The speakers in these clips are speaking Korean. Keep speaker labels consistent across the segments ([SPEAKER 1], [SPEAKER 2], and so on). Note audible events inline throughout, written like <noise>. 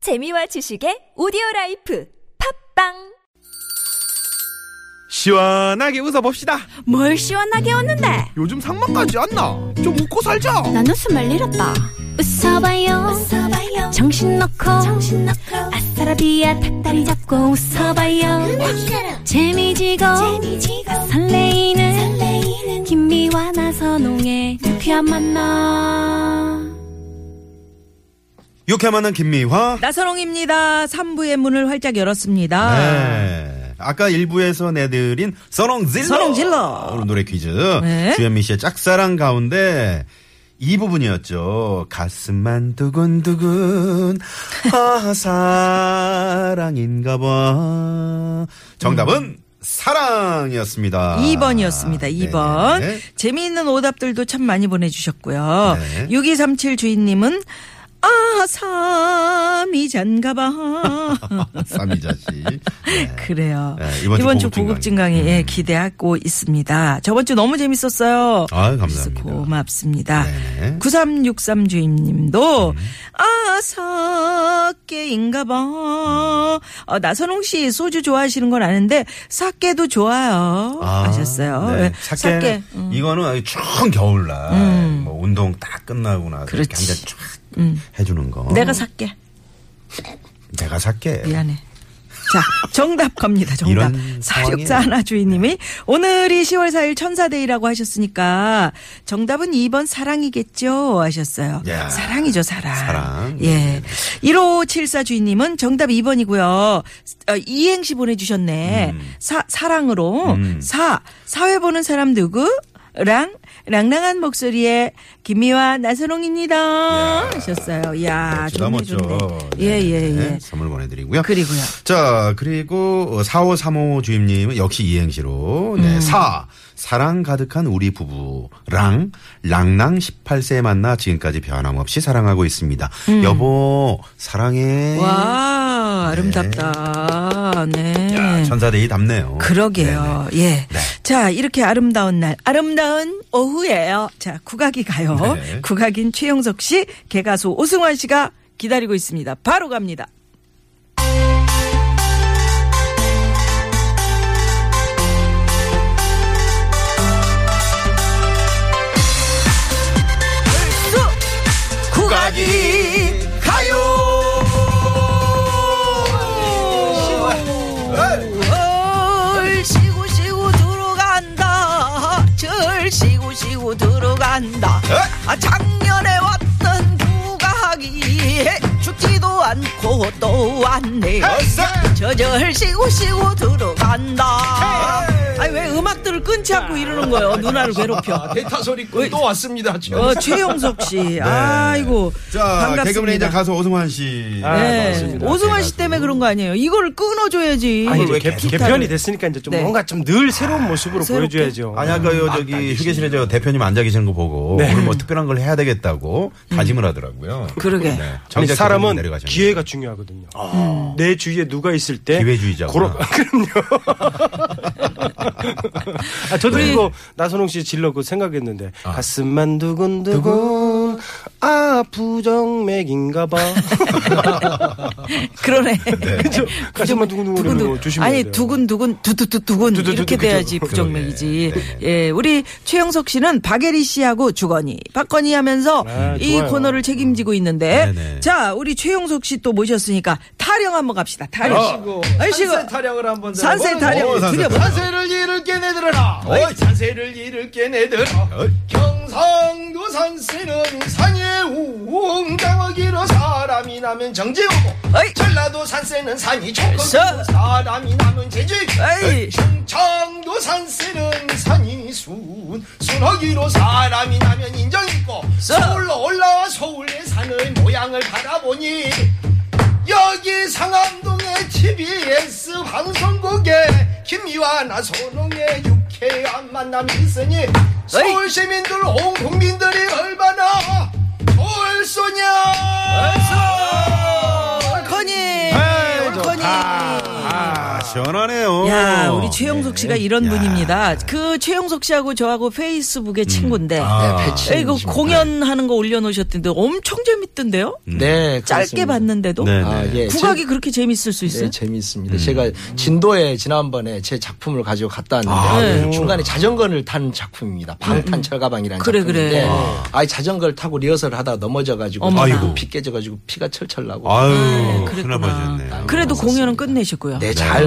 [SPEAKER 1] 재미와 지식의 오디오 라이프 팝빵
[SPEAKER 2] 시원하게 웃어봅시다.
[SPEAKER 3] 뭘 시원하게 웃는데
[SPEAKER 2] 요즘 상만까지 안 나. 좀 웃고 살자.
[SPEAKER 3] 난 웃음을 잃었다 웃어봐요, 정신 놓고 아싸라비아 닭다리 잡고 웃어봐요 음. 재미지고, 설레이는, 김미와 나선홍의 유쾌한 만남
[SPEAKER 4] 유쾌 만난 김미화.
[SPEAKER 5] 나선홍입니다. 3부의 문을 활짝 아. 열었습니다.
[SPEAKER 4] 네. 아까 일부에서 내드린 선홍질러.
[SPEAKER 5] 선홍질러.
[SPEAKER 4] 오늘 노래 퀴즈.
[SPEAKER 5] 네.
[SPEAKER 4] 주현미 씨의 짝사랑 가운데 이 부분이었죠. 가슴만
[SPEAKER 5] <laughs>
[SPEAKER 4] 두근두근. 아, 사랑인가 봐. 정답은 사랑이었습니다.
[SPEAKER 5] 음. 2번이었습니다. 2번.
[SPEAKER 4] 아, 네네.
[SPEAKER 5] 재미있는 오답들도 참 많이 보내주셨고요.
[SPEAKER 4] 네.
[SPEAKER 5] 6237 주인님은 아,
[SPEAKER 4] <laughs>
[SPEAKER 5] 삼이잔가봐.
[SPEAKER 4] 쌈이자
[SPEAKER 5] <laughs>
[SPEAKER 4] 씨. 네.
[SPEAKER 5] 그래요.
[SPEAKER 4] 네, 이번 주 고급진 음.
[SPEAKER 5] 고급진 강의 예, 기대하고 있습니다. 저번 주 너무 재밌었어요.
[SPEAKER 4] 아유, 감사합니다.
[SPEAKER 5] 고맙습니다.
[SPEAKER 4] 네네.
[SPEAKER 5] 9363 주임님도
[SPEAKER 4] 네.
[SPEAKER 5] 아 사케인가 봐. 어, 나선홍 씨 소주 좋아하시는 건 아는데 사케도 좋아요.
[SPEAKER 4] 아,
[SPEAKER 5] 하셨어요.
[SPEAKER 4] 네.
[SPEAKER 5] 네,
[SPEAKER 4] 사케는 이거는 아주 추운 겨울날 뭐 운동 딱 끝나고 나서 이렇게
[SPEAKER 5] 음. 그렇지. 음.
[SPEAKER 4] 한잔 쫙 해주는 거.
[SPEAKER 5] 내가 사케.
[SPEAKER 4] 내가 살게.
[SPEAKER 5] 미안해. 자, 정답 갑니다. 정답.
[SPEAKER 4] 이런 상황이에요. 네.
[SPEAKER 5] 464 하나 주인님이 오늘이 10월 4일 천사데이라고 하셨으니까 정답은 2번 사랑이겠죠 하셨어요.
[SPEAKER 4] 야.
[SPEAKER 5] 사랑이죠, 사랑.
[SPEAKER 4] 사랑. 네.
[SPEAKER 5] 예. 1574 주인님은 정답 2번이고요. 어, 이행시 보내주셨네.
[SPEAKER 4] 음.
[SPEAKER 5] 사, 사랑으로. 사, 사회 보는 사람 누구? 랑, 랑랑한 목소리에 김미화 나선홍입니다. 하셨어요. 이야,
[SPEAKER 4] 기가
[SPEAKER 5] 좋네,
[SPEAKER 4] 막죠.
[SPEAKER 5] 좋네.
[SPEAKER 4] 네,
[SPEAKER 5] 아, 예, 예,
[SPEAKER 4] 네.
[SPEAKER 5] 예.
[SPEAKER 4] 선물 보내드리고요.
[SPEAKER 5] 그리고요.
[SPEAKER 4] 자, 그리고 4535 주임님은 역시 이행시로.
[SPEAKER 5] 음.
[SPEAKER 4] 네. 사 사랑 가득한 우리 부부. 랑, 랑랑 18세 만나 지금까지 변함없이 사랑하고 있습니다.
[SPEAKER 5] 음.
[SPEAKER 4] 여보, 사랑해.
[SPEAKER 5] 와 아름답다. 네.
[SPEAKER 4] 야, 천사데이 답네요. 네,
[SPEAKER 5] 그러게요. 예. 자, 이렇게 아름다운 날, 아름다운 오후예요. 자, 국악이 가요.
[SPEAKER 4] 네.
[SPEAKER 5] 국악인 최영석 씨, 개가수 오승환 씨가 기다리고 있습니다. 바로 갑니다. 국악이 절 쉬고 쉬고 들어간다 절 쉬고 쉬고 들어간다 아 작년에 왔던 국악이 죽지도 않고 또 왔네 저절 쉬고 쉬고 들어간다 아니 왜 음악들을 끊지 않고 이러는 거예요 누나를 괴롭혀
[SPEAKER 4] 아,
[SPEAKER 6] 데이터 소리꾼 또 왔습니다. 지금.
[SPEAKER 5] 어, 최용석 씨 아이고
[SPEAKER 4] 네. 자,
[SPEAKER 5] 반갑습니다
[SPEAKER 4] 개그맨이자 가수 아, 오승환 씨.
[SPEAKER 5] 네. 오승환 씨 때문에 그런 거 아니에요 이거를 끊어줘야지
[SPEAKER 6] 아니, 이제
[SPEAKER 5] 왜
[SPEAKER 6] 개,
[SPEAKER 5] 기타를.
[SPEAKER 6] 개편이 됐으니까 이제 좀
[SPEAKER 5] 네.
[SPEAKER 6] 뭔가 좀 늘 새로운 모습으로
[SPEAKER 5] 새롭게.
[SPEAKER 6] 보여줘야죠.
[SPEAKER 4] 아, 아니 아까 요 저기 휴게실에 저 대표님 앉아 계시는 거 보고 오늘 뭐 특별한 걸 해야 되겠다고 다짐을 하더라고요. 네.
[SPEAKER 5] 그러게.
[SPEAKER 6] 아니,
[SPEAKER 4] 정작
[SPEAKER 6] 사람은
[SPEAKER 4] 내려가셨네요. 아.
[SPEAKER 6] 기회가 중요하거든요. 음. 내 주위에 누가 있을 때
[SPEAKER 4] 기회주의자구나.
[SPEAKER 6] 그런- 그럼요.
[SPEAKER 4] <laughs>
[SPEAKER 6] 아, 저도
[SPEAKER 4] 네.
[SPEAKER 5] 우리-
[SPEAKER 6] 이거 나선홍 씨 질러 그 생각했는데
[SPEAKER 4] 아.
[SPEAKER 6] 가슴만 두근두근 아 부정맥인가봐. <laughs>
[SPEAKER 4] <laughs>
[SPEAKER 5] 그러네.
[SPEAKER 6] 그죠? 가슴만 두근두근
[SPEAKER 5] 두근두근.
[SPEAKER 6] 거 조심해야 돼요.
[SPEAKER 5] 아니 두근두근 두두두두근
[SPEAKER 6] 두두두두,
[SPEAKER 5] 이렇게
[SPEAKER 6] 그죠.
[SPEAKER 5] 돼야지 부정맥이지. 예, 우리 최영석 씨는 박예리 씨하고 주건이, 박건이 하면서
[SPEAKER 6] 아,
[SPEAKER 5] 이
[SPEAKER 6] 좋아요.
[SPEAKER 5] 코너를 책임지고 있는데,
[SPEAKER 4] 네네.
[SPEAKER 5] 자 우리 최영석 씨 또 모시었으니까 타령 한번 갑시다. 타령. 아이씨고.
[SPEAKER 6] 타령을 한번
[SPEAKER 5] 산세
[SPEAKER 4] 어,
[SPEAKER 5] 타령.
[SPEAKER 4] 산세
[SPEAKER 5] 드려봐.
[SPEAKER 4] 타령.
[SPEAKER 6] 자세를 잃을게 내들어라
[SPEAKER 4] 어이.
[SPEAKER 6] 자세를 잃을게 내들어
[SPEAKER 4] 어이.
[SPEAKER 6] 경상도 산세는 산에 웅장하기로 사람이 나면 정제오고
[SPEAKER 5] 어이.
[SPEAKER 6] 전라도 산세는 산이 조금
[SPEAKER 5] 됐어.
[SPEAKER 6] 사람이 나면 제주
[SPEAKER 5] 어이.
[SPEAKER 6] 충청도 산세는 산이 순 순하기로 사람이 나면 인정있고
[SPEAKER 5] 됐어.
[SPEAKER 6] 서울로 올라와 서울의 산의 모양을 바라보니 여기 상암동의 TBS 방송국에 김미화 나선홍의 유쾌한 만남이 있으니 서울 시민들 온 국민들이 얼마나 좋을소냐
[SPEAKER 5] 박건이. 박건이.
[SPEAKER 4] 아, 시원하네요.
[SPEAKER 5] 야, 아, 우리 최영석 씨가 이런
[SPEAKER 4] 네. 야.
[SPEAKER 5] 분입니다. 그 최영석 씨하고 저하고 페이스북의 친구인데
[SPEAKER 4] 아,
[SPEAKER 5] 예, 이거 공연하는 거 올려놓으셨던데 엄청 재밌던데요?
[SPEAKER 7] 네,
[SPEAKER 5] 짧게
[SPEAKER 7] 그렇습니다.
[SPEAKER 5] 봤는데도
[SPEAKER 4] 음. 네.
[SPEAKER 7] 아, 예.
[SPEAKER 5] 국악이
[SPEAKER 7] 제-
[SPEAKER 5] 그렇게 재밌을 수 있어요?
[SPEAKER 7] 네,
[SPEAKER 6] 음.
[SPEAKER 7] 재미있습니다. 제가 진도에 지난번에 제 작품을 가지고 갔다 왔는데
[SPEAKER 4] 아,
[SPEAKER 5] 네.
[SPEAKER 7] 중간에 자전거를 탄
[SPEAKER 6] 네.
[SPEAKER 7] 작품입니다. 방탄 철가방이라는
[SPEAKER 5] 그래,
[SPEAKER 7] 작품인데
[SPEAKER 5] 그래.
[SPEAKER 7] 아이 자전거를 타고 리허설을 하다가 넘어져가지고
[SPEAKER 5] 어머나.
[SPEAKER 4] 아이고.
[SPEAKER 7] 피 깨져가지고 피가 철철 나고
[SPEAKER 4] 아유, 큰일
[SPEAKER 5] 그랬구나.
[SPEAKER 4] 날 뻔하셨네요.
[SPEAKER 5] 그래도 공연은 끝내셨고요.
[SPEAKER 7] 네, 잘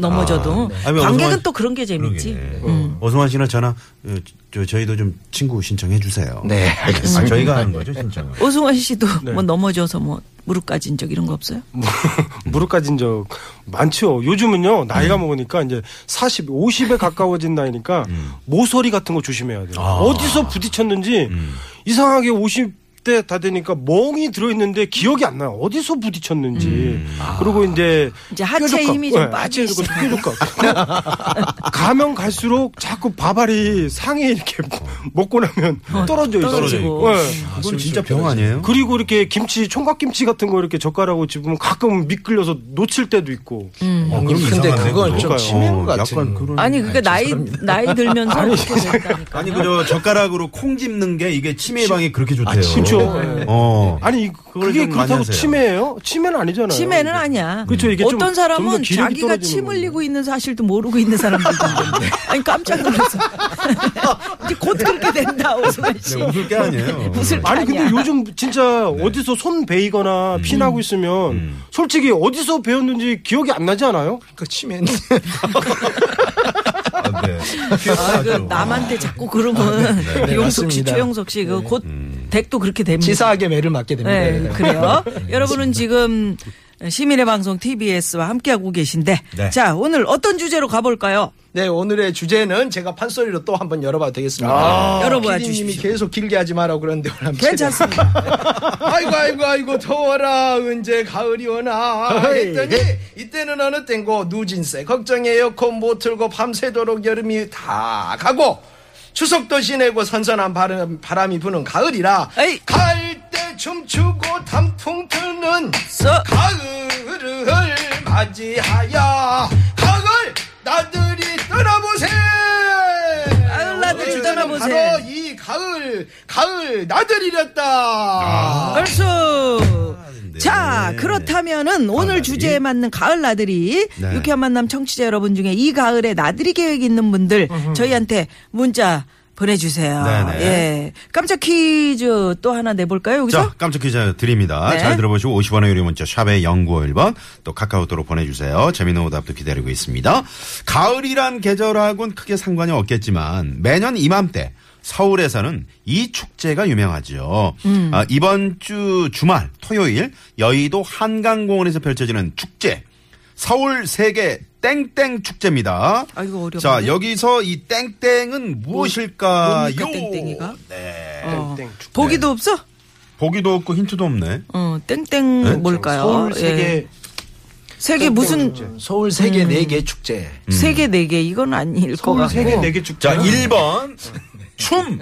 [SPEAKER 5] 음, 넘어져도
[SPEAKER 4] 아, 네.
[SPEAKER 5] 관객은
[SPEAKER 4] 어중한-
[SPEAKER 5] 또 그런 게 재밌지.
[SPEAKER 4] 그러게. 어, 오승환 씨나 저나 어, 저, 저희도 좀 친구 신청해 주세요.
[SPEAKER 7] 네, 알겠습니다.
[SPEAKER 4] 아, 저희가 하는 거죠, 신청을.
[SPEAKER 5] 오승환 씨도
[SPEAKER 4] 네.
[SPEAKER 5] 뭐 넘어져서 뭐 무릎 까진 적 이런 거 없어요?
[SPEAKER 6] <laughs> 무릎 가진 적 많죠. 요즘은요 나이가 먹으니까 이제 40, 50에 가까워진 나이니까 모서리 같은 거 조심해야 돼요. 어디서 부딪혔는지 이상하게 50대 다 되니까 멍이 들어있는데 기억이 안 나요. 어디서 부딪혔는지. 그리고 이제
[SPEAKER 5] 이제 하체
[SPEAKER 6] 뾰족감.
[SPEAKER 5] 힘이 좀
[SPEAKER 6] 네, 하체
[SPEAKER 5] 빠지기
[SPEAKER 6] 힘이 뾰족감. <laughs> 가면 갈수록 자꾸 바발이 상에 이렇게 먹고 나면 떨어져 있어요.
[SPEAKER 5] 떨어져 있고.
[SPEAKER 6] 네.
[SPEAKER 4] 그건 진짜 병 아니에요?
[SPEAKER 6] 그리고 이렇게 김치 총각김치 같은 거 이렇게 젓가락으로 집으면 가끔 미끌려서 놓칠 때도 있고
[SPEAKER 5] 음.
[SPEAKER 4] 어, 그럼
[SPEAKER 7] 근데
[SPEAKER 4] 이상하네,
[SPEAKER 7] 그건 좀
[SPEAKER 4] 그거.
[SPEAKER 7] 치매인
[SPEAKER 4] 어,
[SPEAKER 7] 것
[SPEAKER 4] 약간
[SPEAKER 7] 같은.
[SPEAKER 4] 그런.
[SPEAKER 5] 아니 그러니까 나이 나이 들면서 그렇게 됐다니까.
[SPEAKER 4] 아니 그저 젓가락으로 콩 집는 게 이게 치매 예방에 그렇게 좋대요.
[SPEAKER 6] 그렇죠.
[SPEAKER 4] 어.
[SPEAKER 6] 아니 이-
[SPEAKER 4] 그걸
[SPEAKER 6] 그게
[SPEAKER 4] 좀 많이
[SPEAKER 6] 그렇다고
[SPEAKER 4] 하세요.
[SPEAKER 6] 치매예요? 치매는 아니잖아요.
[SPEAKER 5] 치매는 아니야.
[SPEAKER 6] 그렇죠. 이게 좀-
[SPEAKER 5] 어떤
[SPEAKER 6] 좀더
[SPEAKER 5] 사람은
[SPEAKER 6] 기력이
[SPEAKER 5] 자기가
[SPEAKER 6] 떨어지는 네.
[SPEAKER 5] 침
[SPEAKER 6] 거구나.
[SPEAKER 5] 흘리고 있는 사실도 모르고 있는
[SPEAKER 6] <laughs>
[SPEAKER 5] 사람들도 있는데. 아니 깜짝 놀랐어. 이제 곧 그렇게 된다 오승환 씨.
[SPEAKER 4] 네, 웃을 게 아니에요.
[SPEAKER 5] 웃을 게
[SPEAKER 6] 어. 아니 근데
[SPEAKER 5] 아니야.
[SPEAKER 6] 요즘 진짜
[SPEAKER 4] 네.
[SPEAKER 6] 어디서 손 베이거나
[SPEAKER 4] 음.
[SPEAKER 6] 피나고 있으면 솔직히 어디서 배웠는지 기억이 안 나지 않아요?
[SPEAKER 7] 그 치매는
[SPEAKER 4] 아, 네.
[SPEAKER 5] 아, 그 남한테 자꾸
[SPEAKER 6] 아, 네.
[SPEAKER 5] 그러면 <laughs> 용석 씨,
[SPEAKER 7] 맞습니다.
[SPEAKER 5] 최용석 씨, 그 곧
[SPEAKER 6] 음.
[SPEAKER 5] 댁도 그렇게 됩니다.
[SPEAKER 7] <laughs> 치사하게 매를 맞게 됩니다.
[SPEAKER 5] 네,
[SPEAKER 7] 네.
[SPEAKER 5] 그래요. <laughs> 여러분은 지금 시민의 방송 TBS와 함께하고 계신데,
[SPEAKER 4] 네.
[SPEAKER 5] 자 오늘 어떤 주제로 가볼까요?
[SPEAKER 7] 네, 오늘의 주제는 제가 판소리로 또 한번 열어봐도 되겠습니다.
[SPEAKER 5] 아, 열어봐
[SPEAKER 7] PD님이
[SPEAKER 5] 주십시오.
[SPEAKER 7] 계속 길게 하지 마라고 그러는데 오늘 한번
[SPEAKER 5] 괜찮습니다.
[SPEAKER 7] 아이고 아이고 아이고 더워라 언제 가을이 오나 했더니 이때는 어느 땐고 누진세 걱정 에어컨 못 틀고 밤새도록 여름이 다 가고 추석도 지내고 선선한 바람, 바람이 부는 가을이라
[SPEAKER 5] 에이.
[SPEAKER 7] 가을 때 춤추고 단풍 트는
[SPEAKER 5] 써.
[SPEAKER 7] 가을을 맞이하야 가을 나들이 떠나보세
[SPEAKER 5] 가을 나들이
[SPEAKER 7] 오늘은
[SPEAKER 5] 떠나보세.
[SPEAKER 7] 바로 이 가을 가을 나들이랬다
[SPEAKER 5] 얼쑤. 자,
[SPEAKER 4] 아, 네.
[SPEAKER 5] 그렇다면은 오늘
[SPEAKER 4] 나들이.
[SPEAKER 5] 주제에 맞는 가을 나들이
[SPEAKER 4] 네.
[SPEAKER 5] 유쾌한 만남 청취자 여러분 중에 이 가을에 나들이 계획 있는 분들 저희한테 문자 보내주세요.
[SPEAKER 4] 네네.
[SPEAKER 5] 예. 깜짝 퀴즈 또 하나 내볼까요, 여기서?
[SPEAKER 4] 자, 깜짝 퀴즈 드립니다.
[SPEAKER 5] 네.
[SPEAKER 4] 잘 들어보시고 50원의 유료 문자 샵의 0951번 또 카카오톡으로 보내주세요. 재미있는 오답도 기다리고 있습니다. 가을이란 계절하고는 크게 상관이 없겠지만 매년 이맘때 서울에서는 이 축제가 유명하죠.
[SPEAKER 5] 음.
[SPEAKER 4] 아, 이번 주 주말 토요일 여의도 한강공원에서 펼쳐지는 축제 서울 세계 땡땡 축제입니다.
[SPEAKER 5] 아, 이거 어렵네.
[SPEAKER 4] 자 여기서 이 땡땡은 무엇일까요?
[SPEAKER 5] 뭡니까, 땡땡이가?
[SPEAKER 4] 네.
[SPEAKER 5] 어.
[SPEAKER 6] 땡, 축-
[SPEAKER 5] 보기도 없어?
[SPEAKER 4] 보기도 없고 힌트도 없네.
[SPEAKER 5] 어, 땡땡
[SPEAKER 4] 네?
[SPEAKER 5] 뭘까요?
[SPEAKER 7] 서울
[SPEAKER 5] 예.
[SPEAKER 7] 세계
[SPEAKER 5] 세계 무슨
[SPEAKER 7] 서울 세계 네 개 축제.
[SPEAKER 4] 음.
[SPEAKER 5] 세계 네 개 이건 아닐 것 같고.
[SPEAKER 6] 세계 네개 축제.
[SPEAKER 4] 자, <laughs> 1번 춤,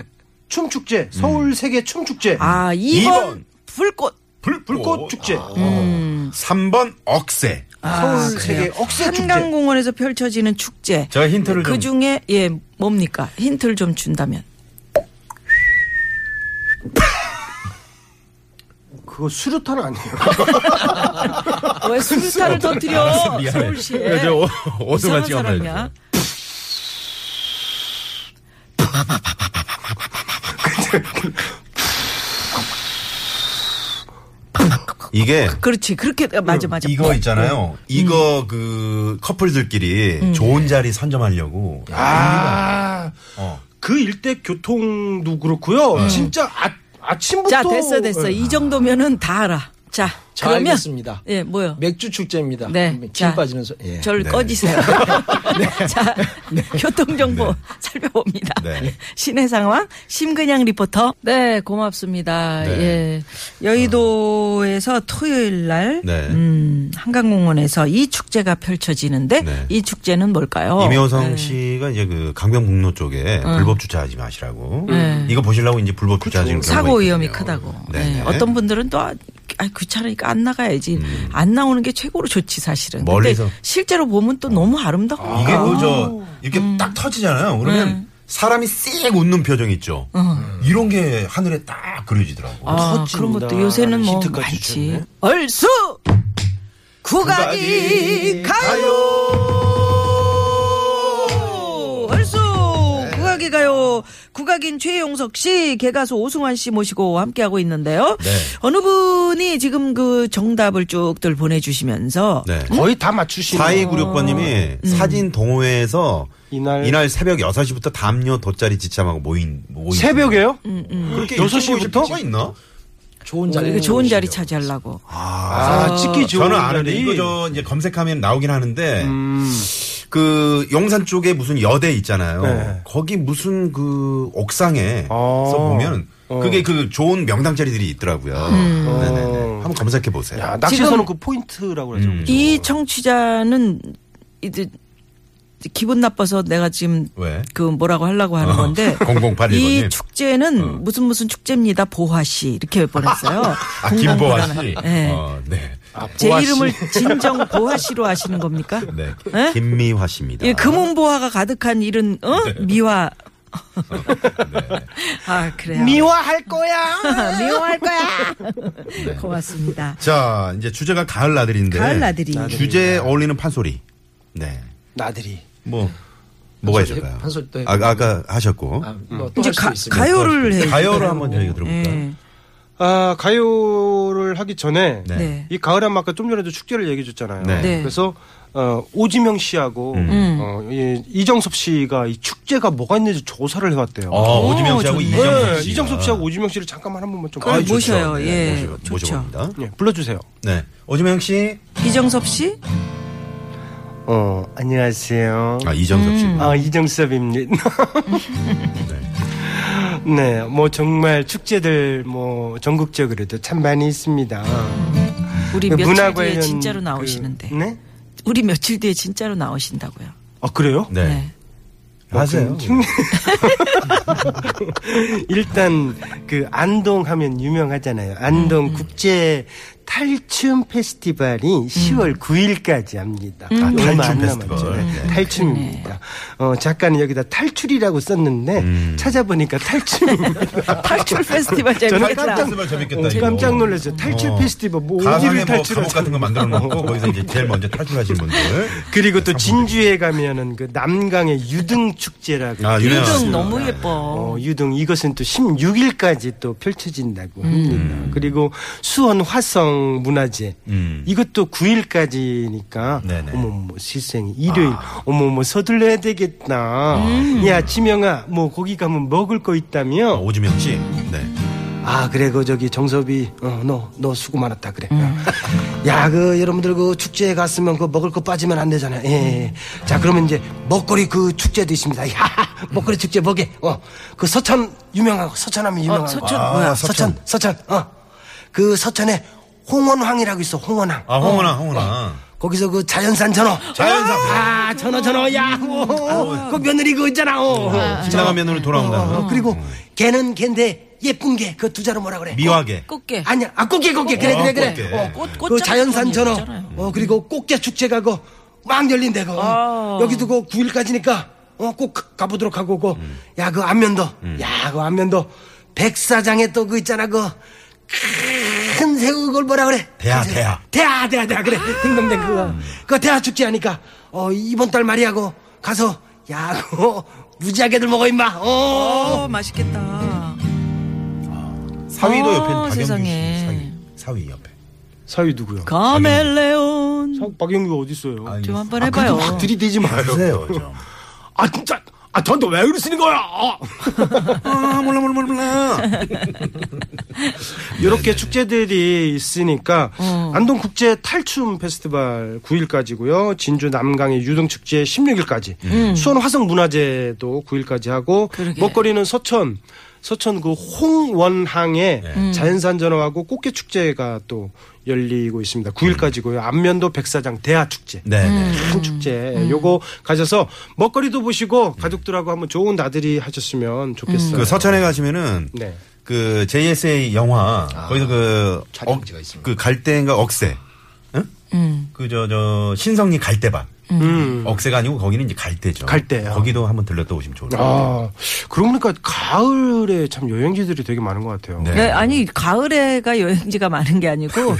[SPEAKER 6] 춤 축제. 서울 세계 춤 축제.
[SPEAKER 5] 아,
[SPEAKER 4] 이
[SPEAKER 5] 2번,
[SPEAKER 4] 번.
[SPEAKER 5] 불꽃.
[SPEAKER 4] 불,
[SPEAKER 6] 불꽃 축제.
[SPEAKER 4] 음.
[SPEAKER 6] 음.
[SPEAKER 4] 3번 억새.
[SPEAKER 5] 아,
[SPEAKER 6] 서울 세계
[SPEAKER 5] 그래요.
[SPEAKER 6] 억새 축제.
[SPEAKER 5] 한강공원에서 펼쳐지는 축제.
[SPEAKER 4] 제가 힌트를
[SPEAKER 5] 그
[SPEAKER 4] 좀- <laughs>
[SPEAKER 5] 중에 예 뭡니까? 힌트를 좀 준다면
[SPEAKER 6] 그거 수류탄 아니에요?
[SPEAKER 4] 아,
[SPEAKER 5] 왜 술타를 터뜨려? 어,
[SPEAKER 4] 네,
[SPEAKER 5] 서울시에
[SPEAKER 4] 어,
[SPEAKER 5] 이상한 사람이야.
[SPEAKER 4] 이게
[SPEAKER 5] 그렇지 그렇게 맞아 맞아.
[SPEAKER 4] 이거 있잖아요.
[SPEAKER 5] 음.
[SPEAKER 4] 이거 그 커플들끼리 좋은 자리 선점하려고.
[SPEAKER 5] 네.
[SPEAKER 6] 아.
[SPEAKER 4] 어.
[SPEAKER 6] 그 일대 교통도 그렇고요. 진짜 아, 아침부터
[SPEAKER 5] 자 됐어 됐어
[SPEAKER 6] 예.
[SPEAKER 5] 이 정도면은 다 알아. 자
[SPEAKER 7] 잘
[SPEAKER 5] 그러면
[SPEAKER 7] 알겠습니다.
[SPEAKER 5] 예 뭐요?
[SPEAKER 7] 맥주 축제입니다.
[SPEAKER 5] 네.
[SPEAKER 7] 침
[SPEAKER 5] 자,
[SPEAKER 7] 빠지는 소. 예.
[SPEAKER 5] 절
[SPEAKER 4] <laughs> 네.
[SPEAKER 5] 꺼지세요. <laughs> 자, 교통정보
[SPEAKER 4] 네.
[SPEAKER 5] 살펴봅니다.
[SPEAKER 4] 네.
[SPEAKER 5] 시내 상황, 심근양 리포터. 네, 고맙습니다.
[SPEAKER 4] 네. 어.
[SPEAKER 5] 예. 여의도에서 토요일 날,
[SPEAKER 4] 네.
[SPEAKER 5] 음, 한강공원에서 이 축제가 펼쳐지는데,
[SPEAKER 4] 네.
[SPEAKER 5] 이 축제는 뭘까요?
[SPEAKER 4] 이명성
[SPEAKER 5] 네. 음.
[SPEAKER 4] 씨가 이제 그 강변북로 쪽에 불법 주차하지 마시라고.
[SPEAKER 5] 네.
[SPEAKER 4] 이거 보시려고 이제 불법 주차하시는 경우가
[SPEAKER 5] 사고 위험이
[SPEAKER 4] 있거든요.
[SPEAKER 5] 크다고.
[SPEAKER 4] 네.
[SPEAKER 5] 네. 어떤 분들은 또 아, 그 차라니까 안 나가야지. 안 나오는 게 최고로 좋지 사실은.
[SPEAKER 4] 음. 멀리서.
[SPEAKER 5] 근데 실제로 보면 또 너무 아름답고.
[SPEAKER 4] 이게 뭐 그저 이렇게 딱 터지잖아요. 그러면 사람이 씩 웃는 표정 있죠. 이런 게 하늘에 딱 그려지더라고. 요
[SPEAKER 5] 아,
[SPEAKER 6] 터진다.
[SPEAKER 5] 그런 것도 요새는 뭐
[SPEAKER 6] 힌트까지
[SPEAKER 5] 많지.
[SPEAKER 6] 주셨네.
[SPEAKER 5] 얼수 구각이 가요. 얼수
[SPEAKER 6] 네.
[SPEAKER 5] 구각이 가요. 국악인 최용석 씨, 개가수 오승환 씨 모시고 함께하고 있는데요.
[SPEAKER 4] 네.
[SPEAKER 5] 어느 분이 지금 그 정답을 쭉들 보내주시면서
[SPEAKER 4] 네.
[SPEAKER 6] 거의 다 맞추시는
[SPEAKER 4] 4296번님이 사진 동호회에서
[SPEAKER 6] 이날-
[SPEAKER 4] 이날, 새벽 6시부터 담요 돗자리 지참하고 모인, 모인.
[SPEAKER 6] 새벽에요?
[SPEAKER 5] 음.
[SPEAKER 4] 그렇게
[SPEAKER 6] 여섯
[SPEAKER 4] 6시부터?
[SPEAKER 6] 시부터?
[SPEAKER 4] 가 있나?
[SPEAKER 7] 좋은
[SPEAKER 5] 자,
[SPEAKER 7] 자리.
[SPEAKER 5] 이거 그 좋은 자리 차지하려고.
[SPEAKER 6] 아, 찍기 좋은
[SPEAKER 4] 저는 아는데
[SPEAKER 6] 자리.
[SPEAKER 4] 이거 저 이제 검색하면 나오긴
[SPEAKER 6] 음.
[SPEAKER 4] 하는데 그 용산 쪽에 무슨 여대 있잖아요.
[SPEAKER 6] 네.
[SPEAKER 4] 거기 무슨 그 옥상에
[SPEAKER 6] 아.
[SPEAKER 4] 서 보면
[SPEAKER 6] 어.
[SPEAKER 4] 그게 그 좋은 명당 자리들이 있더라고요.
[SPEAKER 5] 음.
[SPEAKER 4] 네네네.
[SPEAKER 5] 어.
[SPEAKER 4] 한번 검색해 보세요.
[SPEAKER 6] 야, 낚시선은 그 포인트라고 그러죠.
[SPEAKER 4] 음.
[SPEAKER 5] 이 청취자는 이제 기분 나빠서 내가 지금
[SPEAKER 4] 왜?
[SPEAKER 5] 그 뭐라고 하려고
[SPEAKER 4] 어. <laughs>
[SPEAKER 5] 하는 건데
[SPEAKER 4] 0081
[SPEAKER 5] 이
[SPEAKER 4] 번님. 어.
[SPEAKER 5] 축제는 무슨 무슨 축제입니다 보화씨 이렇게
[SPEAKER 4] <laughs>
[SPEAKER 5] 보냈어요.
[SPEAKER 4] 아 김보아 씨.
[SPEAKER 5] 네.
[SPEAKER 4] 어, 네.
[SPEAKER 6] 아,
[SPEAKER 5] 제
[SPEAKER 6] 보아 씨.
[SPEAKER 5] 이름을 진정 보화씨로 아시는 겁니까?
[SPEAKER 4] <laughs> 네.
[SPEAKER 5] 네? 그-
[SPEAKER 4] 김미화 씨입니다.
[SPEAKER 5] 이 금은 보화가 가득한 이런 어?
[SPEAKER 4] 네.
[SPEAKER 5] 미화.
[SPEAKER 4] 어,
[SPEAKER 5] <laughs> 아 그래요.
[SPEAKER 4] 네.
[SPEAKER 6] 미워할 거야.
[SPEAKER 5] <laughs> 미워할 거야.
[SPEAKER 4] 네.
[SPEAKER 5] 고맙습니다.
[SPEAKER 4] 자, 이제 주제가 가을 나들인데.
[SPEAKER 5] 가을 나들이.
[SPEAKER 4] 주제에 어울리는 판소리. 네.
[SPEAKER 6] 나들이.
[SPEAKER 4] 뭐 뭐가 있을까요?
[SPEAKER 7] 판소리 또 해-
[SPEAKER 4] 아, 아까 하셨고.
[SPEAKER 5] 이제 가, 가요를 해.
[SPEAKER 4] 가요로 한번 저희가 들어볼까요?
[SPEAKER 5] 네.
[SPEAKER 6] 아, 가요를 하기 전에
[SPEAKER 4] 네.
[SPEAKER 5] 네.
[SPEAKER 6] 이 가을 한마까 좀 전에도 축제를 얘기해 줬잖아요.
[SPEAKER 4] 네. 음.
[SPEAKER 5] 네.
[SPEAKER 6] 그래서 어, 오지명 씨하고 어,
[SPEAKER 5] 음.
[SPEAKER 6] 이, 이정섭 씨가 이 축제가 뭐가 있는지 조사를 해왔대요.
[SPEAKER 4] 어, 오지명 씨하고
[SPEAKER 5] 좋네.
[SPEAKER 4] 이정섭 씨.
[SPEAKER 6] 뭐. 이정섭 씨하고 오지명 씨를 잠깐만 한 번만 좀
[SPEAKER 5] 그럼
[SPEAKER 6] 불러주세요.
[SPEAKER 5] 아, 모셔요. 예,
[SPEAKER 4] 네, 모셔,
[SPEAKER 5] 좋죠.
[SPEAKER 4] 모셔봅니다.
[SPEAKER 6] 예, 불러주세요.
[SPEAKER 4] 네. 오지명 씨.
[SPEAKER 5] 이정섭 씨?
[SPEAKER 6] 어, 안녕하세요.
[SPEAKER 4] 아, 이정섭
[SPEAKER 5] 음.
[SPEAKER 4] 씨.
[SPEAKER 6] 아, 이정섭입니다.
[SPEAKER 4] <laughs>
[SPEAKER 6] 네, 뭐 정말 축제들 뭐 전국적으로도 참 많이 있습니다.
[SPEAKER 5] 우리
[SPEAKER 6] 그
[SPEAKER 5] 며칠
[SPEAKER 6] 문화
[SPEAKER 5] 뒤에
[SPEAKER 6] 관련
[SPEAKER 5] 진짜로
[SPEAKER 6] 그-
[SPEAKER 5] 나오시는데.
[SPEAKER 6] 네?
[SPEAKER 5] 우리 며칠 뒤에 진짜로 나오신다고요.
[SPEAKER 6] 아 그래요?
[SPEAKER 4] 네.
[SPEAKER 5] 네.
[SPEAKER 6] 그
[SPEAKER 4] 하세요.
[SPEAKER 6] <laughs> 일단 그 안동 하면 유명하잖아요.
[SPEAKER 5] 음,
[SPEAKER 6] 안동 국제 탈춤 페스티벌이 10월 9일까지 합니다.
[SPEAKER 5] 음.
[SPEAKER 4] 아,
[SPEAKER 6] 얼마
[SPEAKER 4] 탈춤
[SPEAKER 6] 안 남았죠.
[SPEAKER 4] 페스티벌.
[SPEAKER 6] 네,
[SPEAKER 4] 네.
[SPEAKER 6] 탈춤입니다. 어, 작가는 여기다 탈출이라고 썼는데 찾아보니까 탈춤입니다.
[SPEAKER 5] 음. 아, 탈출 페스티벌
[SPEAKER 6] 저는
[SPEAKER 5] 재밌겠다.
[SPEAKER 6] 깜짝,
[SPEAKER 4] 페스티벌 재밌겠다, 이거.
[SPEAKER 6] 깜짝 놀랐어요. 탈출
[SPEAKER 4] 어.
[SPEAKER 6] 페스티벌 뭐 어디를
[SPEAKER 4] 가방에 뭐
[SPEAKER 6] 탈출하죠?
[SPEAKER 4] 갑옷 같은 거 만들어 놓고 <laughs> 거기서 이제 제일 먼저 탈출하신 분들.
[SPEAKER 6] 그리고 또 진주에 가면은 그 남강의 유등 축제라고
[SPEAKER 4] 아, 유명한
[SPEAKER 5] 유등
[SPEAKER 4] 맞습니다.
[SPEAKER 5] 너무 예뻐.
[SPEAKER 4] 음.
[SPEAKER 6] 어, 유등 이것은 또 16일까지 또 펼쳐진다고
[SPEAKER 4] 음.
[SPEAKER 6] 합니다. 그리고 수원 화성 문화제
[SPEAKER 4] 음.
[SPEAKER 6] 이것도 9일까지니까
[SPEAKER 4] 네네. 아.
[SPEAKER 6] 어머머 실생이 일요일 어머머 서둘러야 되겠다.
[SPEAKER 4] 음.
[SPEAKER 6] 야 지명아 뭐 거기 가면 먹을 거
[SPEAKER 4] 아,
[SPEAKER 6] 있다며.
[SPEAKER 4] 오지명 씨. 네.
[SPEAKER 6] 아 그래 그 저기 정섭이 어 너 너 수고 많았다 그래. 어. 야 그 여러분들 그 축제에 갔으면 그 먹을 거 빠지면 안 되잖아. 예, 예. 자 그러면 이제 먹거리 그 축제도 있습니다. 야 <laughs> 먹거리 축제 먹에 어그 서천 유명하고 서천하면 유명하고
[SPEAKER 5] 어, 서천
[SPEAKER 6] 아,
[SPEAKER 5] 뭐야?
[SPEAKER 6] 서천 서천 어. 어그 서천에 홍원황이라고 있어 홍원황.
[SPEAKER 4] 아, 홍은아, 홍은아.
[SPEAKER 6] 거기서 그 자연산 전어.
[SPEAKER 4] 자연산.
[SPEAKER 6] 아 전어 전어 야. 어, 어, 그 며느리 그 있잖아. 어.
[SPEAKER 4] 지나가면 오늘 돌아온다.
[SPEAKER 6] 어, 그리고 걔는 걔인데 예쁜 게 그 두 자로 뭐라 그래?
[SPEAKER 4] 미화계.
[SPEAKER 5] 꽃게.
[SPEAKER 6] 아니야, 아 꽃게 꽃게 그래
[SPEAKER 4] 어,
[SPEAKER 6] 그래 그래.
[SPEAKER 4] 꽃게.
[SPEAKER 6] 어,
[SPEAKER 5] 예. 꽃,
[SPEAKER 6] 그
[SPEAKER 5] 꽃장
[SPEAKER 6] 자연산 전어.
[SPEAKER 5] 있잖아요.
[SPEAKER 6] 어 그리고 꽃게 축제가 그막 열린대 그.
[SPEAKER 5] 아.
[SPEAKER 6] 여기도 그 9일까지니까 어꼭 가보도록 하고 그. 야 그 안면도.
[SPEAKER 4] 음.
[SPEAKER 6] 야 그 안면도 백사장에 또 그 있잖아 그. 큰 새우 그걸 뭐라 그래?
[SPEAKER 4] 대하,
[SPEAKER 6] 큰 새우.
[SPEAKER 4] 대하.
[SPEAKER 6] 대하 대하 대하 그래.
[SPEAKER 5] 아.
[SPEAKER 6] 딩동댕 그거. 그 대하 축제 하니까 어 이번 달 말이야고 가서 야고 그, 어, 무지하게들 먹어 임마. 어.
[SPEAKER 5] 어, 맛있겠다.
[SPEAKER 4] 사위도
[SPEAKER 5] 어,
[SPEAKER 4] 옆에 박영규 씨.
[SPEAKER 5] 세상에.
[SPEAKER 4] 사위. 사위 옆에.
[SPEAKER 6] 사위 누구야?
[SPEAKER 5] 카멜레온.
[SPEAKER 6] 박영규 어디 있어요?
[SPEAKER 5] 좀 한번 해봐요.
[SPEAKER 6] 아, 들이대지
[SPEAKER 4] 하세요, 아, 좀.
[SPEAKER 6] 아 진짜 아 저한테 왜 그러시는 거야?
[SPEAKER 4] 아, 몰라, 몰라, 몰라, 몰라.
[SPEAKER 6] 이렇게 축제들이 있으니까
[SPEAKER 5] 어.
[SPEAKER 6] 안동 국제 탈춤 페스티벌 9일까지고요. 진주 남강의 유등 축제 16일까지. 수원 화성 문화제도 9일까지 하고
[SPEAKER 5] 음. 그러게.
[SPEAKER 6] 먹거리는 서천 서천 그 홍원항에
[SPEAKER 5] 음.
[SPEAKER 6] 자연산 전어하고 꽃게 축제가 또 열리고 있습니다. 9일까지고요. 안면도 백사장 대하 축제.
[SPEAKER 4] 네,
[SPEAKER 5] 음.
[SPEAKER 4] 네.
[SPEAKER 6] 큰 축제 요거 가셔서
[SPEAKER 5] 음.
[SPEAKER 8] 네.
[SPEAKER 6] 먹거리도 보시고 가족들하고 한번 좋은 나들이 하셨으면 좋겠어요.
[SPEAKER 4] 그 서천에 그 가시면은
[SPEAKER 6] 네.
[SPEAKER 4] 그 JSA 영화 거기서 그
[SPEAKER 8] 아, 촬영지가 있습니다.
[SPEAKER 4] 그 갈대인가 억새, 응?
[SPEAKER 5] 음.
[SPEAKER 4] 그저 저 신성리 갈대밭.
[SPEAKER 8] 음.
[SPEAKER 4] 억새가 아니고 거기는 이제 갈대죠.
[SPEAKER 8] 아.
[SPEAKER 6] 갈대요.
[SPEAKER 4] 거기도 한번 들렀다 오시면 좋을 것 같아요.
[SPEAKER 6] 아, 그러고 보니까 가을에 참 여행지들이 되게 많은 것 같아요.
[SPEAKER 4] 네.
[SPEAKER 5] 네, 아니 가을에가 여행지가 많은 게 아니고 뭐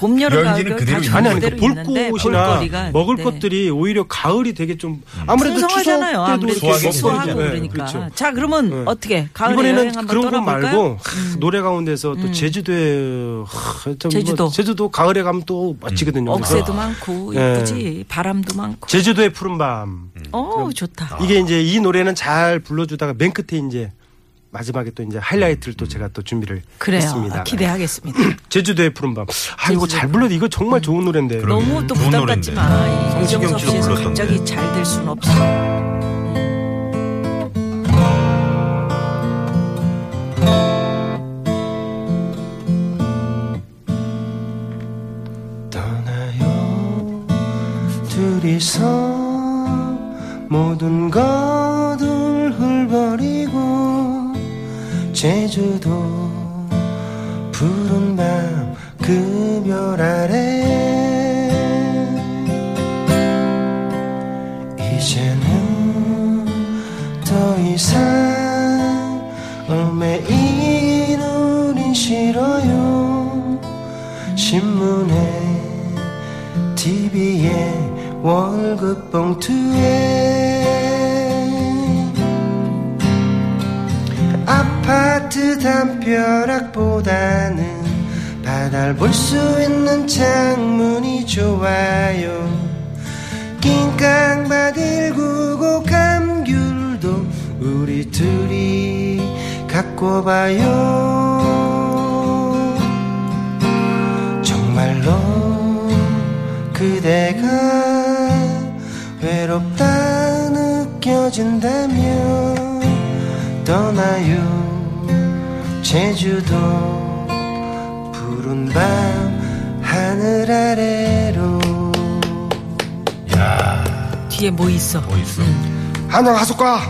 [SPEAKER 5] 봄, 여름, 가을
[SPEAKER 4] 여행지는
[SPEAKER 5] 다
[SPEAKER 4] 그대로
[SPEAKER 5] 지금
[SPEAKER 4] 있는
[SPEAKER 6] 아니 아니
[SPEAKER 5] 그대로
[SPEAKER 6] 그 볼곳이나
[SPEAKER 5] 볼거리가
[SPEAKER 6] 먹을
[SPEAKER 5] 있는데.
[SPEAKER 6] 것들이 오히려 가을이 되게 좀 아무래도 추석
[SPEAKER 5] 풍성하잖아요.
[SPEAKER 6] 때도
[SPEAKER 5] 아무래도
[SPEAKER 4] 소화기
[SPEAKER 5] 수하고,
[SPEAKER 6] 이렇게
[SPEAKER 4] 수확이
[SPEAKER 6] 먹고
[SPEAKER 4] 되잖아요.
[SPEAKER 5] 수하고
[SPEAKER 6] 네,
[SPEAKER 5] 그러니까.
[SPEAKER 6] 그렇죠.
[SPEAKER 5] 자, 그러면
[SPEAKER 6] 네.
[SPEAKER 5] 어떻게 가을 여행
[SPEAKER 6] 이번에는
[SPEAKER 5] 한번
[SPEAKER 6] 그런 거
[SPEAKER 5] 떠나볼까요? 음.
[SPEAKER 6] 말고 하, 노래 가운데서 또 제주도에 하, 참
[SPEAKER 5] 제주도.
[SPEAKER 6] 뭐 제주도 가을에 가면 또 멋지거든요.
[SPEAKER 5] 억새도
[SPEAKER 6] 그래서
[SPEAKER 5] 많고
[SPEAKER 6] 네.
[SPEAKER 5] 예쁘지 바람도 많고.
[SPEAKER 6] 제주도의 푸른 밤
[SPEAKER 5] 어 좋다.
[SPEAKER 6] 이게 이제 이 노래는 잘 불러주다가 맨 끝에 이제 마지막에 또 이제 하이라이트를 또 제가 또 준비를
[SPEAKER 5] 그래요.
[SPEAKER 6] 했습니다. 네.
[SPEAKER 5] 기대하겠습니다.
[SPEAKER 4] 네.
[SPEAKER 6] 제주도의 푸른 밤. 아 이거 잘 불러 이거 정말 좋은 노래인데.
[SPEAKER 5] 너무 또
[SPEAKER 4] 좋은
[SPEAKER 5] 부담
[SPEAKER 4] 노래인데.
[SPEAKER 5] 갖지 마. 이
[SPEAKER 4] 성시경
[SPEAKER 5] 이정섭
[SPEAKER 4] 씨도
[SPEAKER 5] 씨에서
[SPEAKER 4] 불렀던데.
[SPEAKER 5] 갑자기 잘 될 순 없어.
[SPEAKER 6] 떠나요 둘이서 모든 것을 흘버리고 제주도 푸른 밤 그별 아래 이제는 더 이상 얽매인 우린 싫어요 신문에 TV에 월급 봉투에 아파트 담벼락보다는 바다를 볼 수 있는 창문이 좋아요 낑깡바들 구고 감귤도 우리 둘이 갖고 봐요 정말로 그대가 외롭다 느껴진다면 떠나요 제주도 푸른 밤 하늘 아래로
[SPEAKER 5] 뒤에 뭐 있어?
[SPEAKER 4] 뭐 있어?
[SPEAKER 2] 한양 하숙과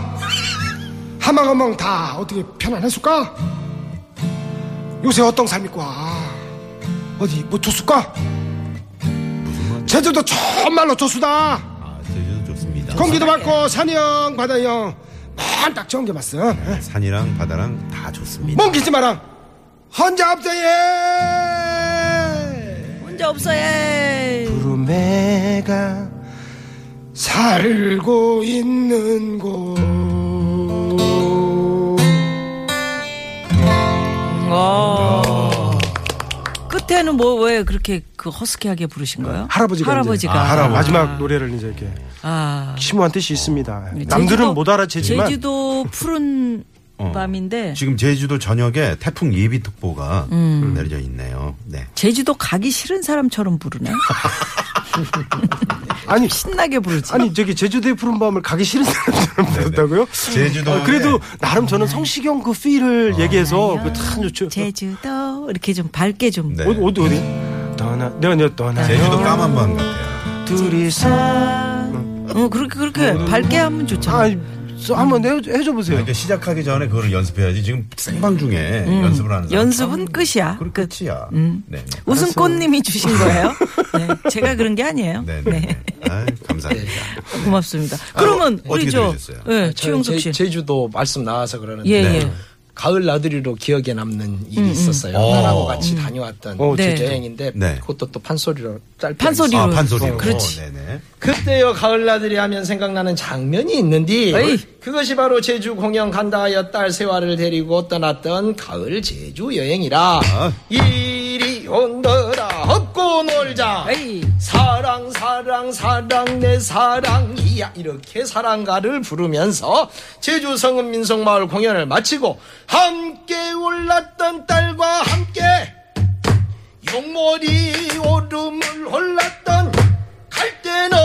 [SPEAKER 2] 하망어망 다 어떻게 편안했을까? 요새 어떤 삶일까? 어디 뭐 좋을까? 제주도 정말로 좋수다.
[SPEAKER 4] 아, 제주도 좋습니다.
[SPEAKER 2] 공기도 맑고 산이형 바다형 만딱 좋은 게 맞어.
[SPEAKER 4] 네, 산이랑 바다랑 다
[SPEAKER 8] 뭐?
[SPEAKER 4] 좋습니다.
[SPEAKER 2] 멍기지 마라. 혼자 없어예.
[SPEAKER 5] 혼자 없어 예.
[SPEAKER 2] 구름에가 살고 있는 곳.
[SPEAKER 5] 어. 끝에는 뭐 왜 그렇게 그 허스키하게 부르신 거예요?
[SPEAKER 2] 할아버지가
[SPEAKER 5] 할아버지가.
[SPEAKER 4] 네. 이제- 아, 할아버지.
[SPEAKER 6] 마지막 노래를 이제 이렇게
[SPEAKER 5] 아.
[SPEAKER 6] 심오한 뜻이 있습니다
[SPEAKER 5] 네,
[SPEAKER 6] 남들은
[SPEAKER 5] 제주도-
[SPEAKER 6] 못 알아채지만
[SPEAKER 5] 제주도 푸른
[SPEAKER 4] 어.
[SPEAKER 5] 밤인데
[SPEAKER 4] 지금 제주도 전역에 태풍 예비 특보가
[SPEAKER 5] 음.
[SPEAKER 4] 내려져 있네요. 네.
[SPEAKER 5] 제주도 가기 싫은 사람처럼 부르네.
[SPEAKER 4] 아.
[SPEAKER 6] 아니
[SPEAKER 5] 신나게 부르지.
[SPEAKER 6] 아니 저기 제주도의 푸른 밤을 가기 싫은 사람처럼 부르다고요?
[SPEAKER 4] 네, 제주도에-
[SPEAKER 6] 아, 그래도
[SPEAKER 4] 네.
[SPEAKER 6] 나름 저는 성시경 그
[SPEAKER 4] 아.
[SPEAKER 6] 필을 얘기해서 그참 좋죠
[SPEAKER 5] 제주도 이렇게 좀 밝게 좀.
[SPEAKER 4] 네.
[SPEAKER 6] 어디 어디 어디? 떠나 내가 내가 떠나
[SPEAKER 4] 제주도 까만 밤 같아요.
[SPEAKER 6] 둘이서
[SPEAKER 5] 어 그렇게
[SPEAKER 4] 뭐,
[SPEAKER 5] 그렇게 밝게 하면 좋잖아.
[SPEAKER 6] 아 써, 한번 내 해줘 보세요.
[SPEAKER 4] 그러니까 시작하기 전에 그거를 연습해야지. 지금 생방 중에 연습을 하는 사람
[SPEAKER 5] 음. 연습은 끝이야.
[SPEAKER 4] 그럼
[SPEAKER 5] 끝. 음.
[SPEAKER 4] 끝이야. 네. 네.
[SPEAKER 5] 웃음꽃님이 주신
[SPEAKER 4] <laughs>
[SPEAKER 5] 거예요. 네, 제가 그런 게 아니에요.
[SPEAKER 4] 네.
[SPEAKER 5] 네,
[SPEAKER 4] 네. 네. 아유, 감사합니다.
[SPEAKER 7] 네.
[SPEAKER 5] 고맙습니다. 그러면
[SPEAKER 4] 어, 어떻게
[SPEAKER 5] 우리 저,
[SPEAKER 4] 들으셨어요?
[SPEAKER 5] 네,
[SPEAKER 7] 아, 저는
[SPEAKER 5] 최용석
[SPEAKER 7] 제,
[SPEAKER 5] 씨.
[SPEAKER 7] 제주도 말씀 나와서 그러는데
[SPEAKER 5] 예, 음,
[SPEAKER 4] 네.
[SPEAKER 5] 예.
[SPEAKER 7] 가을 나들이로 기억에 남는 일이 있었어요.
[SPEAKER 4] 어.
[SPEAKER 7] 딸하고 같이 다녀왔던
[SPEAKER 6] 어,
[SPEAKER 5] 음. 네.
[SPEAKER 7] 제주 여행인데
[SPEAKER 4] 네.
[SPEAKER 7] 그것도 또 판소리로 짧게
[SPEAKER 5] 판소리로.
[SPEAKER 4] 아, 판소리로.
[SPEAKER 5] 그렇지.
[SPEAKER 4] 어, 네네.
[SPEAKER 7] 그때요 가을 나들이 하면 생각나는 장면이 있는데
[SPEAKER 5] 에이.
[SPEAKER 7] 그것이 바로 제주 공연 간다 하여 딸 세화를 데리고 떠났던 가을 제주 여행이라
[SPEAKER 5] 아.
[SPEAKER 7] 이리 온더라 업고 놀자
[SPEAKER 5] 에이.
[SPEAKER 7] 사랑 사랑 사랑 내 사랑이야 이렇게 사랑가를 부르면서 제주 성읍 민속마을 공연을 마치고 함께 올랐던 딸과 함께 용머리 오름을 올랐던 갈대는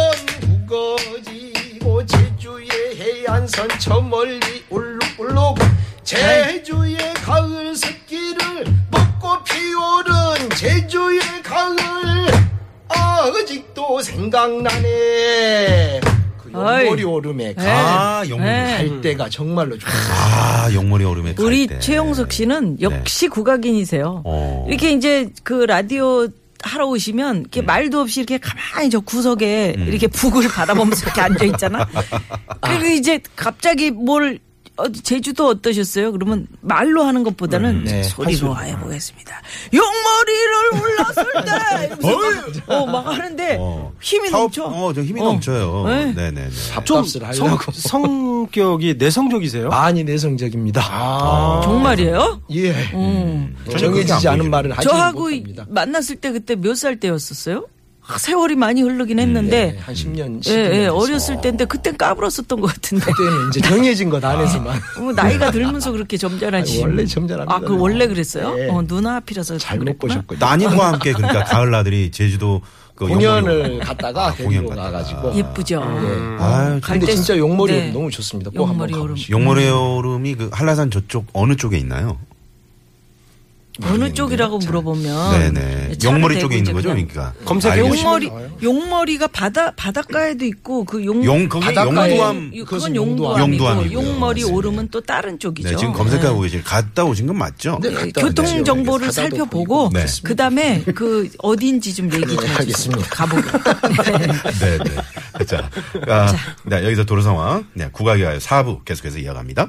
[SPEAKER 7] 우거지고 제주의 해안선 저 멀리 울룩울룩 제주의 가을 습기를 먹고 피오른 제주의 가을 아직도 생각나네 그
[SPEAKER 5] 어이. 네. 음.
[SPEAKER 7] 용머리 오름에
[SPEAKER 4] 아, 영문이.
[SPEAKER 7] 갈 때가 정말로 좋아요.
[SPEAKER 4] 아, 영머리 얼음에 갈
[SPEAKER 5] 우리
[SPEAKER 4] 때. 네.
[SPEAKER 5] 최영석 씨는 역시 국악인이세요.
[SPEAKER 4] 어.
[SPEAKER 5] 이렇게 이제 그 라디오 하러 오시면 이렇게 말도 없이 이렇게 가만히 저 구석에 이렇게 북을 바라보면서 이렇게 앉아 있잖아. 그리고 이제 갑자기 뭘 어, 제주도 어떠셨어요? 그러면 말로 하는 것보다는 소리로 아예 보겠습니다. 용머리를 올랐을 때 이러면서 막, 어, 막 하는데
[SPEAKER 4] 어.
[SPEAKER 5] 힘이
[SPEAKER 4] 사업-
[SPEAKER 5] 넘쳐.
[SPEAKER 4] 어, 저 힘이
[SPEAKER 5] 어.
[SPEAKER 4] 넘쳐요.
[SPEAKER 5] 네.
[SPEAKER 4] 네, 네, 네.
[SPEAKER 6] 좀
[SPEAKER 7] 밥값을
[SPEAKER 6] 성,
[SPEAKER 7] 하려고 아,
[SPEAKER 6] 성격이 내성적이세요?
[SPEAKER 7] 많이 내성적입니다.
[SPEAKER 5] 아. 정말이에요?
[SPEAKER 7] 예.
[SPEAKER 4] 전혀 그게
[SPEAKER 7] 정해지지
[SPEAKER 4] 안
[SPEAKER 7] 않은
[SPEAKER 4] 보이네요.
[SPEAKER 7] 말은 하지
[SPEAKER 5] 음. 저하고 이-
[SPEAKER 7] 못합니다.
[SPEAKER 5] 만났을 때 그때 몇 살 때였었어요? 아, 세월이 많이 흐르긴 했는데
[SPEAKER 7] 네, 한 10년, 10년.
[SPEAKER 5] 예, 예, 어렸을 때인데 그땐 까불었었던 것 같은데.
[SPEAKER 7] 그때는 이제 정해진 것 안에서만
[SPEAKER 5] 뭐 나이가 들면서 그렇게 점잖아지.
[SPEAKER 7] 아니, 원래 점잖합니다.
[SPEAKER 5] 아, 그 원래 그랬어요?
[SPEAKER 7] 네.
[SPEAKER 5] 어, 누나 앞이라서
[SPEAKER 7] 잘못
[SPEAKER 5] 그랬구나.
[SPEAKER 7] 보셨군요. 아,
[SPEAKER 4] 난임과 함께 그러니까 가을 나들이 제주도 그
[SPEAKER 7] 공연을
[SPEAKER 4] 영월이
[SPEAKER 7] 갔다가 데리고 가가지고.
[SPEAKER 5] 예쁘죠.
[SPEAKER 4] 아유,
[SPEAKER 5] 갈
[SPEAKER 7] 근데
[SPEAKER 5] 때-
[SPEAKER 7] 진짜 용머리
[SPEAKER 5] 네.
[SPEAKER 7] 오름 너무 좋습니다. 꼭 한번
[SPEAKER 5] 용머리
[SPEAKER 7] 가보시죠.
[SPEAKER 5] 오름.
[SPEAKER 4] 영월의 얼음이 그 한라산 저쪽 어느 쪽에 있나요?
[SPEAKER 5] 어느 쪽이라고 물어보면
[SPEAKER 4] 네네.
[SPEAKER 5] 아, 차를
[SPEAKER 4] 영머리
[SPEAKER 5] 대고
[SPEAKER 4] 쪽에 있는
[SPEAKER 5] 이제
[SPEAKER 4] 거죠,
[SPEAKER 5] 그냥
[SPEAKER 4] 그러니까.
[SPEAKER 6] 검색해
[SPEAKER 4] 알겠습니다.
[SPEAKER 6] 보시면
[SPEAKER 5] 용머리 용머리가 바다 바닷가에도 있고 그용
[SPEAKER 4] 용 거기
[SPEAKER 7] 바닷가에-
[SPEAKER 4] 영도함.
[SPEAKER 5] 유-
[SPEAKER 7] 그것은
[SPEAKER 5] 그건 용도암이고
[SPEAKER 4] 용도암이고요.
[SPEAKER 5] 용머리
[SPEAKER 4] 맞습니다.
[SPEAKER 5] 오름은 또 다른 쪽이죠.
[SPEAKER 4] 네, 지금 검색하고 계실 갔다 오신 건 맞죠?
[SPEAKER 7] 네,
[SPEAKER 5] 예,
[SPEAKER 7] 갔다
[SPEAKER 5] 교통
[SPEAKER 7] 왔네요.
[SPEAKER 5] 정보를
[SPEAKER 7] 바다도
[SPEAKER 5] 살펴보고
[SPEAKER 4] 네.
[SPEAKER 7] 보이고
[SPEAKER 5] 그다음에 그 어딘지 좀 얘기 좀
[SPEAKER 7] 네,
[SPEAKER 5] 해주세요.
[SPEAKER 7] <laughs> 알겠습니다.
[SPEAKER 5] 가보고.
[SPEAKER 7] <laughs>
[SPEAKER 4] <laughs> 네, 네. 자, 아, 네, 여기서 도로 상황. 네, 국악이 와요. 4부 계속해서 이어갑니다.